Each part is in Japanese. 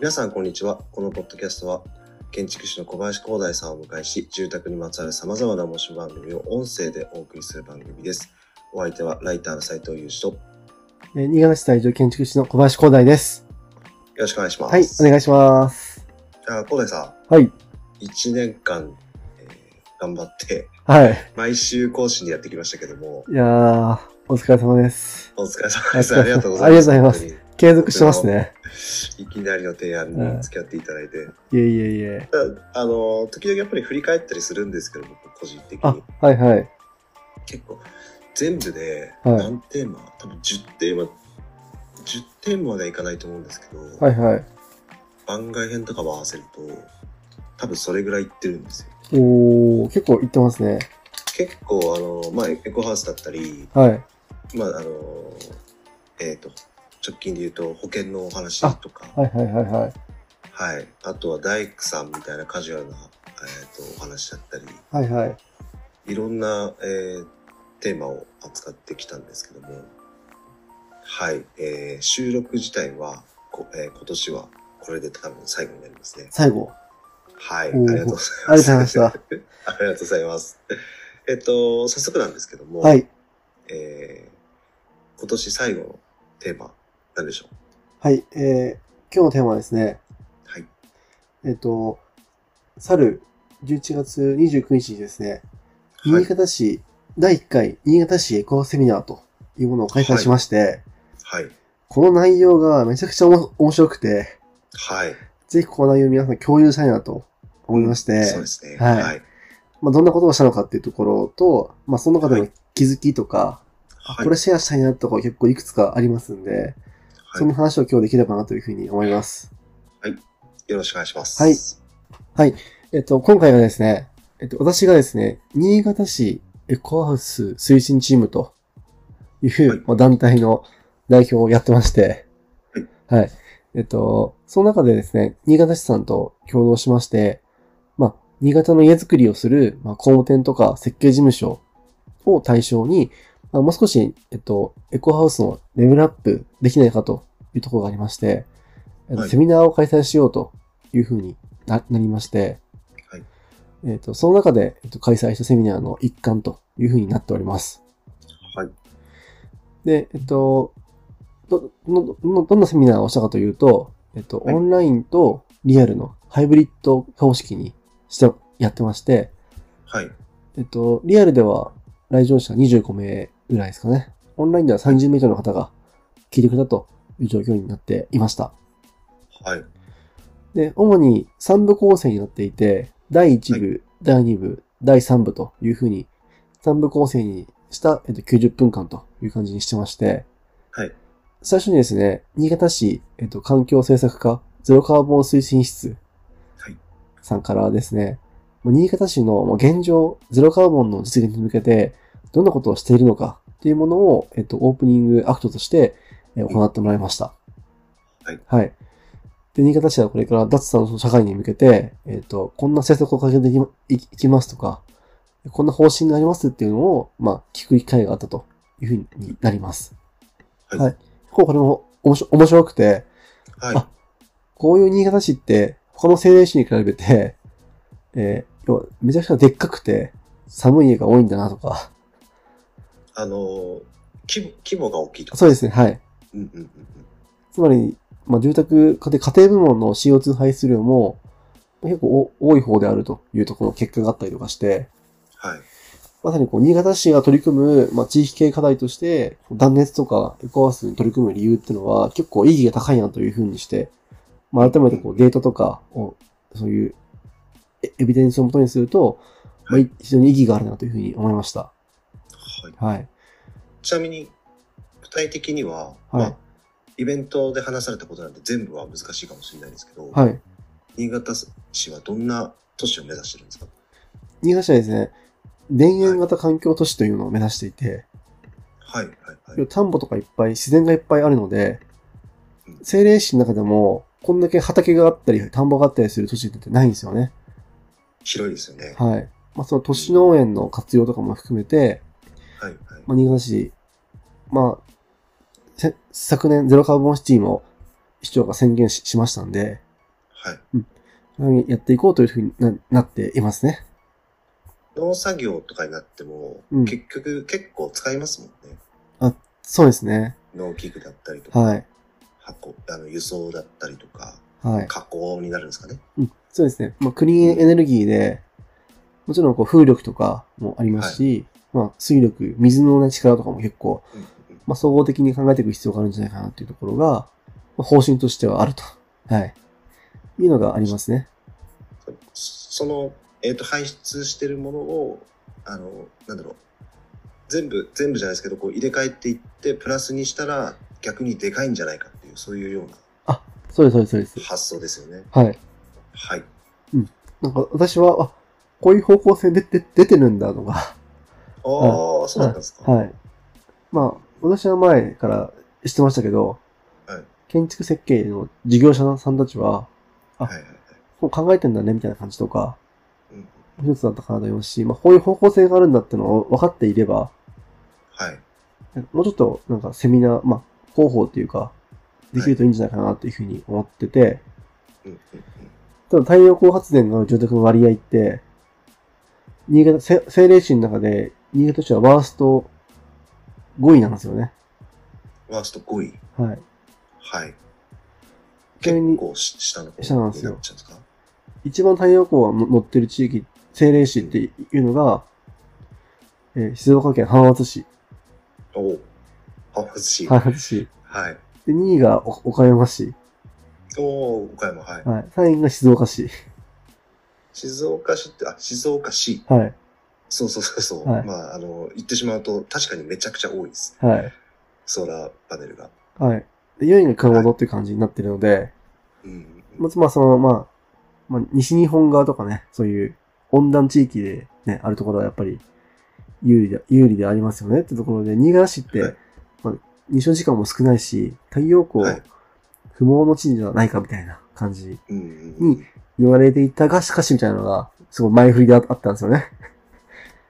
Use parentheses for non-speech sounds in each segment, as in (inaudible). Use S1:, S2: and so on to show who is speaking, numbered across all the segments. S1: 皆さんこんにちは。このポッドキャストは建築士の小林光大さんをお迎えし、住宅にまつわる様々な模試番組を音声でお送りする番組です。お相手はライターの斉藤祐二とよ
S2: えー新潟市在住建築士の小林光大です。
S1: ろしくお願いします。
S2: はい、お願いします。
S1: じゃあ、光大さ
S2: はい、
S1: ん、1年間、えー頑張って、
S2: はい。
S1: 毎週更新でやってきましたけども、
S2: いやー、お疲れ様です。
S1: お疲れ様です。あ
S2: あ
S1: り
S2: り
S1: が
S2: が
S1: と
S2: と
S1: う
S2: う
S1: ご
S2: ご
S1: ざ
S2: ざ
S1: い
S2: い
S1: ま。
S2: ますす
S1: 本
S2: 継続してますね。
S1: 当にいきなりの提案に付き合っていただいて、
S2: いえいえいえ。
S1: あの、時々やっぱり振り返ったりするんですけど、僕個人的
S2: あ
S1: に。、
S2: はいはい。
S1: 結構、全部で、
S2: はい
S1: 何テーマ、多分10テーマ、10テーマまではいかないと思うんですけど、
S2: はいはい。
S1: 番外編とかも合わせると、多分それぐらいいってるんですよ。
S2: おー、結構行ってますね。
S1: 結構、あの、まあ、エコハウスだったり、
S2: はい。
S1: まあ、あの、えっ、と、直近で言うと保険のお話とか、
S2: はいはいはいはい。
S1: はい。あとは大工さんみたいなカジュアルな、えー、とお話だったり、
S2: はいはい。
S1: いろんな、えーテーマを扱ってきたんですけども、はい。えー収録自体は、こえー今年はこれで多分最後になりますね。
S2: 最後。
S1: はい。あり
S2: おー
S1: がとうございます。
S2: ありがとう
S1: (laughs)
S2: ございまし
S1: ありがとうございます。えっと、早速なんですけども、
S2: た。はい。
S1: えー今年最後のテーマ、なんでしょう
S2: はい。えー、今日のテーマはですね、
S1: はい。
S2: えっ、と、去る11月29日にですね、
S1: は
S2: 新
S1: い。
S2: 潟市、第1回新潟市エコーセミナーというものを開催しまして、
S1: はい。
S2: この内容がめちゃくちゃおも面白くて、
S1: はい。
S2: ぜひこの内容を皆さん共有したいなと思いまして、
S1: そうですね。
S2: はい
S1: はい。
S2: まあ、どんなことをしたのかっていうところと、まあ、その中で
S1: は
S2: の気づきとか、
S1: はい
S2: これシェアしたいなとか結構いくつかありますんで、その話を今日できればなというふうに思います。
S1: よろしくお願いします。
S2: はいえっと、今回はですね、えっと、私がですね、新潟市エコハウス推進チームとい、
S1: はいう
S2: まあ団体の代表をやってまして、はい。えっと、その中でですね、新潟市さんと共同しまして、まあ、新潟の家づくりをする、まあ、工務店とか設計事務所を対象に、まあ、もう少し、えっと、エコハウスのレベルアップできないかというところがありまして、えっと
S1: はい
S2: セミナーを開催しようというふうにななりまして、
S1: はい
S2: えっと、その中で、えっと、開催したセミナーの一環というふうになっております。
S1: はい。
S2: で、えっと、ど、ど、どどんなセミナーをしたかというと、えっと、
S1: はい
S2: オンラインとリアルのハイブリッド方式にして、やってまして、
S1: はい。
S2: えっと、リアルでは来場者25名ぐらいですかね。オンラインでは30名以上の方が聞いてくれたという状況になっていました。
S1: はい。
S2: で、主に3部構成になっていて、第1部、第2部、第3部というふうに、3部構成にした、えっと、90分間という感じにしてまして、
S1: はい。
S2: 最初にですね、新潟市、えっと、環境政策課ゼロカーボン推進室
S1: はい
S2: さんからですね、まあ新潟市のまあ現状、ゼロカーボンの実現に向けて、どんなことをしているのかっていうものを、えっと、オープニングアクトとしてえー行ってもらいました。
S1: はい。
S2: はい。で、新潟市はこれから脱炭素社会に向けて、えっ、と、こんな政策を掲げていきいきますとか、こんな方針がありますっていうのを、まあ、聞く機会があったというふうになります。
S1: はい
S2: こうこれも面白面白くて、
S1: はい。
S2: あこういう新潟市って、他の政令市に比べて、えー要はめちゃくちゃでっかくて、寒い家が多いんだなとか。
S1: あのー規模、規模が大きいと。
S2: そうですね、はい。
S1: うんうんうんうん。
S2: つまり、まあ、住宅家庭、家庭部門の CO2 排出量も、結構お多い方であるというところの結果があったりとかして、
S1: はい。
S2: まさにこう、新潟市が取り組む、まあ、地域系課題として、断熱とかエコハウスに取り組む理由っていうのは、結構意義が高いなというふうにして、まあ、改めてこう、データとかを、そういう、エエビデンスをもとにすると、まあ、い非常に意義があるなというふうに思いました。
S1: はい。
S2: はい。
S1: ちなみに、具体的には、ま
S2: は
S1: あ、イベントで話されたことなんて全部は難しいかもしれないですけど、
S2: い。はい。
S1: 新潟市はどんな都市を目指してるんですか
S2: 新潟市はですね、田園型環境都市というのを目指していて、
S1: はい、はい、はい。
S2: 要は田んぼとかいっぱい、自然がいっぱいあるので
S1: うん、
S2: 政令市の中でも、こんだけ畑があったり、田んぼがあったりする都市ってないんですよね。
S1: 広いですよね。は
S2: はい。まあ、その都市農園の活用とかも含めて、
S1: い、はい。
S2: まあ、新潟市、まあ、せ昨年ゼロカーボンシティも市長が宣言ししましたんで、
S1: はい。
S2: やっていこうというふうにななっていますね。
S1: 農作業とかになっても、
S2: うん
S1: 結局結構使いますもんね。
S2: そうですね。
S1: 農機具だったりとか、
S2: はい。
S1: 箱、あの、輸送だったりとか、
S2: はい。
S1: 加工になるんですかね。
S2: うん、そうですね。まあ、クリーンエネルギーで、もちろんこう風力とかもありますし、まあ、水力、水の、ね、力とかも結構、
S1: うんうんうん
S2: まあ、総合的に考えていく必要があるんじゃないかなというところが、まあ方針としてはあると。はい。いうのがありますね。
S1: その、えっ、と、排出してるものを、あの、なんだろう。全部、全部じゃないですけど、こう入れ替えていって、プラスにしたら逆にでかいんじゃないかっていう、そういうような
S2: そうです、そうです、そうです。
S1: 発想ですよね。
S2: はい。
S1: はい。
S2: なんか私は、あ、こういう方向性でで出てるんだとか、
S1: ああ、そうだったんですか。
S2: はい。 (laughs) まあ、私は前から知ってましたけど、
S1: はい
S2: 建築設計の事業者さんたちは、あ
S1: はいはいはい。
S2: もう考えてんだねみたいな感じとか、
S1: うん
S2: 一つだったかなと思いますし、まあ、こういう方向性があるんだってのを分かっていれば、
S1: はい。
S2: もうちょっとなんかセミナー、まあ、広報っていうか、できるといいんじゃないかなというふうに思ってて、
S1: うんうんうん
S2: ただ太陽光発電の住宅の割合って、新潟、せ政令市の中で、新潟市はワースト5位なんですよね。
S1: ワースト5位。
S2: はい。
S1: はい。
S2: それに
S1: 結構し下の方
S2: 下なんです
S1: に
S2: よ
S1: なっちゃうんですか
S2: 一番太陽光が乗ってる地域、政令市っていうのが、えー静岡県浜松市。
S1: おお。あ、欲しい。
S2: 浜松市。
S1: はい。
S2: で、2位がお岡山市。
S1: おお、岡山、はい。
S2: はい。3位が静岡市。
S1: 静岡市って、あ、静岡市。
S2: はい。
S1: そうそうそうそう。
S2: はい
S1: まあ、あの、言ってしまうと、確かにめちゃくちゃ多いです。
S2: はい。
S1: ソーラーパネルが。
S2: はい。で、4位が熊本っていう感じになってるので、
S1: うん。
S2: まずまあその、まあ、まあ、西日本側とかね、そういう温暖地域でね、あるところはやっぱり有利で、有利でありますよねってところで、新潟市って、
S1: はい
S2: まあ、日照時間も少ないし、太陽光
S1: はい
S2: 不毛の地じゃないかみたいな感じ
S1: うんうんうん。
S2: 言われていたが、しかしみたいなのが、すごい前振りでああったんですよね。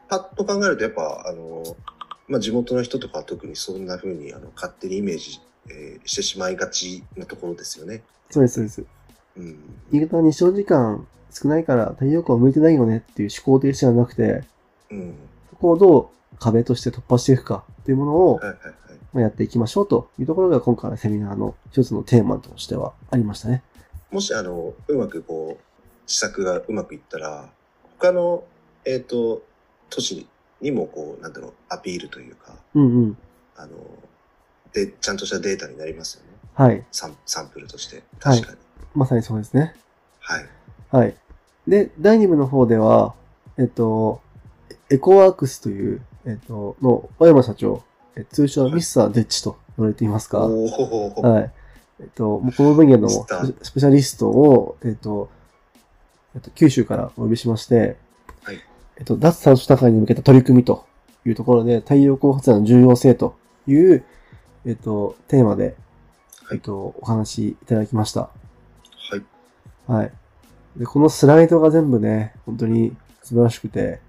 S1: パッと考えると、やっぱ、あの、まあ、地元の人とかは特にそんな風に、あの、勝手にイメージ、えーしてしまいがちなところですよね。
S2: そうです、そうです。
S1: うん。
S2: 新潟は日照時間少ないから太陽光は向いてないよねっていう思考停止ではなくて、
S1: うん。
S2: そこをどう壁として突破していくかっていうものを
S1: はいはいはい。
S2: まあやっていきましょうというところが今回のセミナーの一つのテーマとしてはありましたね。
S1: もし、あの、うまくこう、施策がうまくいったら、他の、えっ、と、都市にもこう、なんだろう、アピールというか、
S2: うんうん。
S1: あの、で、ちゃんとしたデータになりますよね。
S2: はい。
S1: サンサンプルとして。
S2: はい
S1: 確かに。
S2: まさにそうですね。
S1: はい。
S2: はい。で、第2部の方では、えっと、エコワークスという、えっと、の、小山社長、え通称
S1: はい
S2: ミスターデッチと言われていますが、
S1: おお、
S2: はい。えっと、もうこの分野の
S1: ミ
S2: ス
S1: スター
S2: ペスペシャリストを、えっと、えっと、九州からお呼びしまして、
S1: はい
S2: えっと、脱炭素社会に向けた取り組みというところで、太陽光発電の重要性という、えっと、テーマで、
S1: はい
S2: えっと、お話しいただきました。
S1: はい。
S2: はい。で、このスライドが全部ね、本当に素晴らしくて、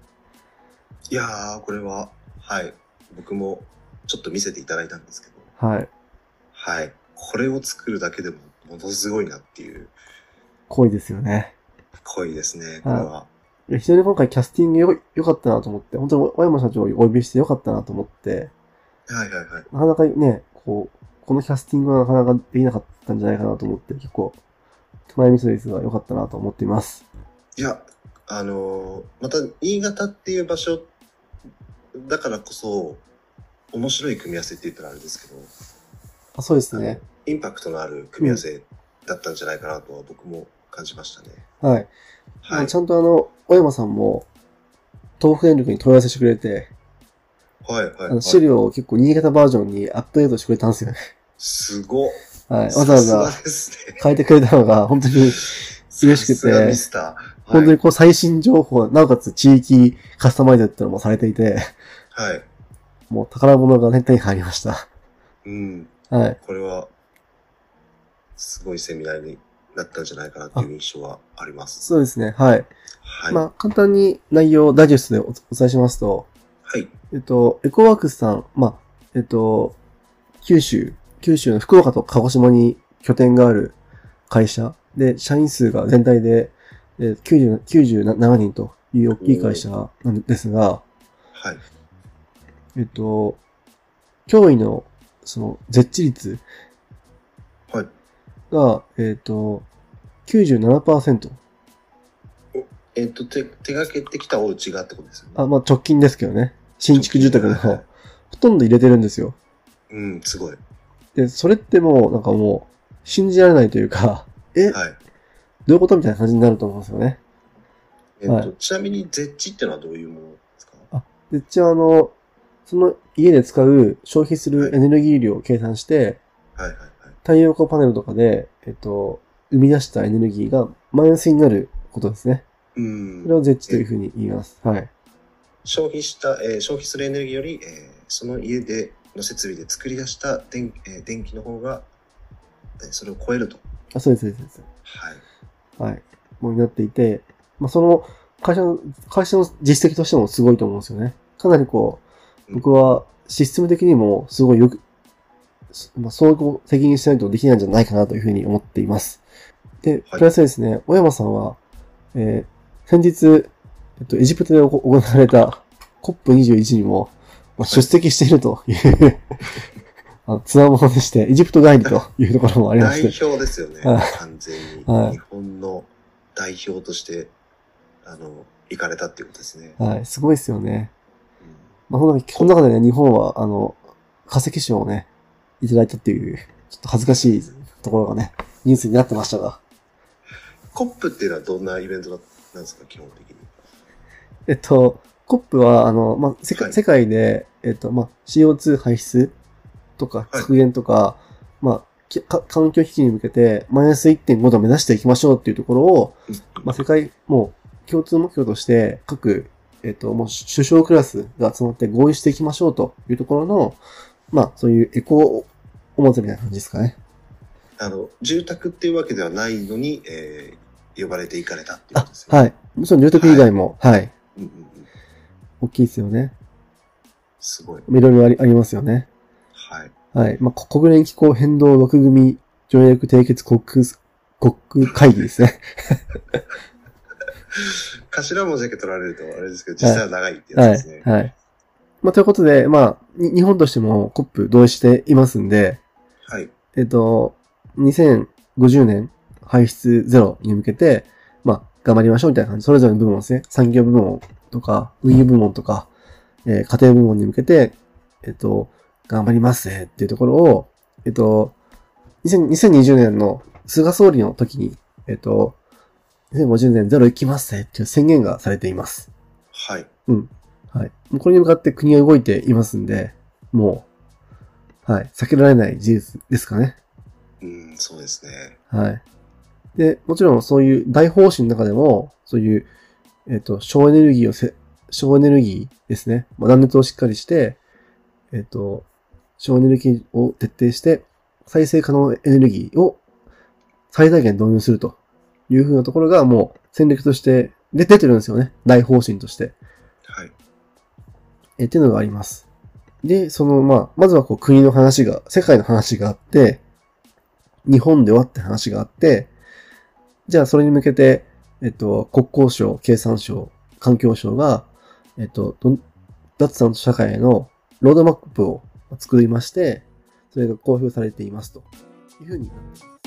S1: いやー、これは、はい。僕もちょっと見せていただいたんですけど、
S2: はい。
S1: はい。これを作るだけでもものすごいなっていう
S2: 濃いですよね。
S1: 恋ですね、これは。
S2: いや非常に今回キャスティングよ、良かったなと思って、本当に小山社長をお呼びして良かったなと思って、
S1: はいはいはい。
S2: なかなかね、こう、このキャスティングはなかなかできなかったんじゃないかなと思って、結構、トナイミスレイスが良かったなと思っています。
S1: いや、あのーまた新潟っていう場所だからこそ、面白い組み合わせって言ったらあれですけど、
S2: あそうです
S1: あの
S2: ね。
S1: インパクトのある組み合わせだったんじゃないかなとは僕も感じましたね。
S2: はい。
S1: はい
S2: ち。ゃんとあの、小山さんも、東北電力に問い合わせしてくれて、
S1: はいはい、
S2: あ
S1: は
S2: の
S1: い。
S2: 資料を結構新潟バージョンにアップデートしてくれたんですよね。
S1: すごっ。
S2: はい。わざわ
S1: さ
S2: ざ
S1: すがですね。
S2: 変えてくれたのが、本当に、嬉しくて
S1: さすがミスター。
S2: 本当
S1: は
S2: にこう最新情報、なおかつ地域カスタマイズっていうのもされていて、
S1: い。はい。
S2: もう宝物がね、手に入りました。
S1: うん。
S2: はい。
S1: これは、すごいセミナーになったんじゃないかなっていう印象はあります。
S2: そうですね。はい。
S1: はい。
S2: まあ、簡単に内容をダイジェストでおお伝えしますと、
S1: はい。
S2: えっと、エコワークスさん、まあ、えっと、九州、九州の福岡と鹿児島に拠点がある会社で、社員数が全体で、えー90 97人という大きい会社なんですが、
S1: はい。
S2: えっと、脅威の、その、絶地率
S1: はい。
S2: が、えっと、97%。
S1: えっ、と、手、手掛けてきたお家がってことですよね。
S2: あ、まあ、直近ですけどね。新築住宅の
S1: はい
S2: 方、ほとんど入れてるんですよ。
S1: うん、すごい。
S2: で、それってもう、なんかもう、信じられないというか、 (laughs) え、
S1: はい。
S2: どういうことみたいな感じになると思うんですよね。
S1: えっ、と、
S2: はい
S1: ちなみに、ゼッチってのはどういうものですか
S2: で、一応あの、その家で使う消費するエネルギー量を計算して、
S1: はいはいはい。
S2: 太陽光パネルとかで、えっと、生み出したエネルギーがマイナスになることですね。
S1: う
S2: それ
S1: ん。
S2: を絶地というふうに言います。はい。
S1: 消費した、えー消費するエネルギーより、えーその家で、の設備で作り出した電,、えー電気の方が、えーそれを超えると。
S2: あ、そうです、そうですそうです。
S1: はい。
S2: はい。もうになっていて、まあ、その会社の、会社の実績としてもすごいと思うんですよね。かなりこう、僕はシステム的にもすごいよく、すまあ、そういう責任しないとできないんじゃないかなというふうに思っています。で、
S1: はい
S2: プラスですね、小山さんは、えー先日、えっと、エジプトで行行われた COP21 にも、まあ、出席しているという、 (laughs) あの、つわものでして、エジプト帰りというところもありま
S1: 代
S2: して、
S1: 表ですよね
S2: は。
S1: 完全に。
S2: はい
S1: 日本の代表として、あの、行かれたっていうことですね。
S2: はい、すごいですよね。
S1: うん
S2: まあ、その中この中でね、日本は、あの、化石賞をね、いただいたっていう、ちょっと恥ずかしいところがね、ニュースになってましたが、
S1: コップっていうのはどんなイベントだなんですか、基本的に。
S2: えっと、コップは、あの、まあ、世界、
S1: はい
S2: 世界で、えっと、まあ、CO2 排出とか
S1: はい
S2: 削減とか、まあきか、環境危機に向けて、マイナス1.5度を目指していきましょうっていうところを、まあ、世界、もう、共通目標として、各、えっ、と、もう、首相クラスが集まって合意していきましょうというところの、まあ、そういうエコおもてみたいな感じですかね。
S1: あの、住宅っていうわけではないのに、えー呼ばれて行かれたっていうこ
S2: あ
S1: とです、ね。。
S2: はいい。もちろん、住宅以外も、はい、
S1: うんうんうん、
S2: 大きいですよね。
S1: すごい。
S2: いろいろありありますよね。
S1: はい。
S2: はい。まあ、こ国連気候変動枠組み条約締結国、国会議ですね。
S1: 頭文字だけ取られるとあれですけど、実際は長いって
S2: は
S1: やつですね。
S2: い。はい。まあ、ということで、まあ、に日本としてもコップ同意していますんで、
S1: はい。
S2: えっと、2050年排出ゼロに向けて、まあ、頑張りましょうみたいな感じ。それぞれの部門ですね。産業部門とか、運輸部門とか、えー家庭部門に向けて、えっと、頑張りますねっていうところを、えっと、2000 2020年の菅総理の時に、えっと、2050年ゼロ行きますねっていう宣言がされています。
S1: はい。
S2: はい。もうこれに向かって国は動いていますんで、もう、はい。避けられない事実ですかね。
S1: うん、そうですね。
S2: はい。で、もちろんそういう大方針の中でも、そういう、えっ、と、省エネルギーをせ、省エネルギーですね。まあ、断熱をしっかりして、えっ、と、省エネルギーを徹底して、再生可能エネルギーを最大限導入するというふうなところがもう戦略として出出てるんですよね。大方針として。
S1: はい。
S2: えーっていうのがあります。で、その、まあ、まずはこう国の話が、世界の話があって、日本ではって話があって、じゃあそれに向けて、えっと、国交省、経産省、環境省が、えっと、どん脱炭素社会へのロードマップを作りまして、それが公表されていますというふうになっています。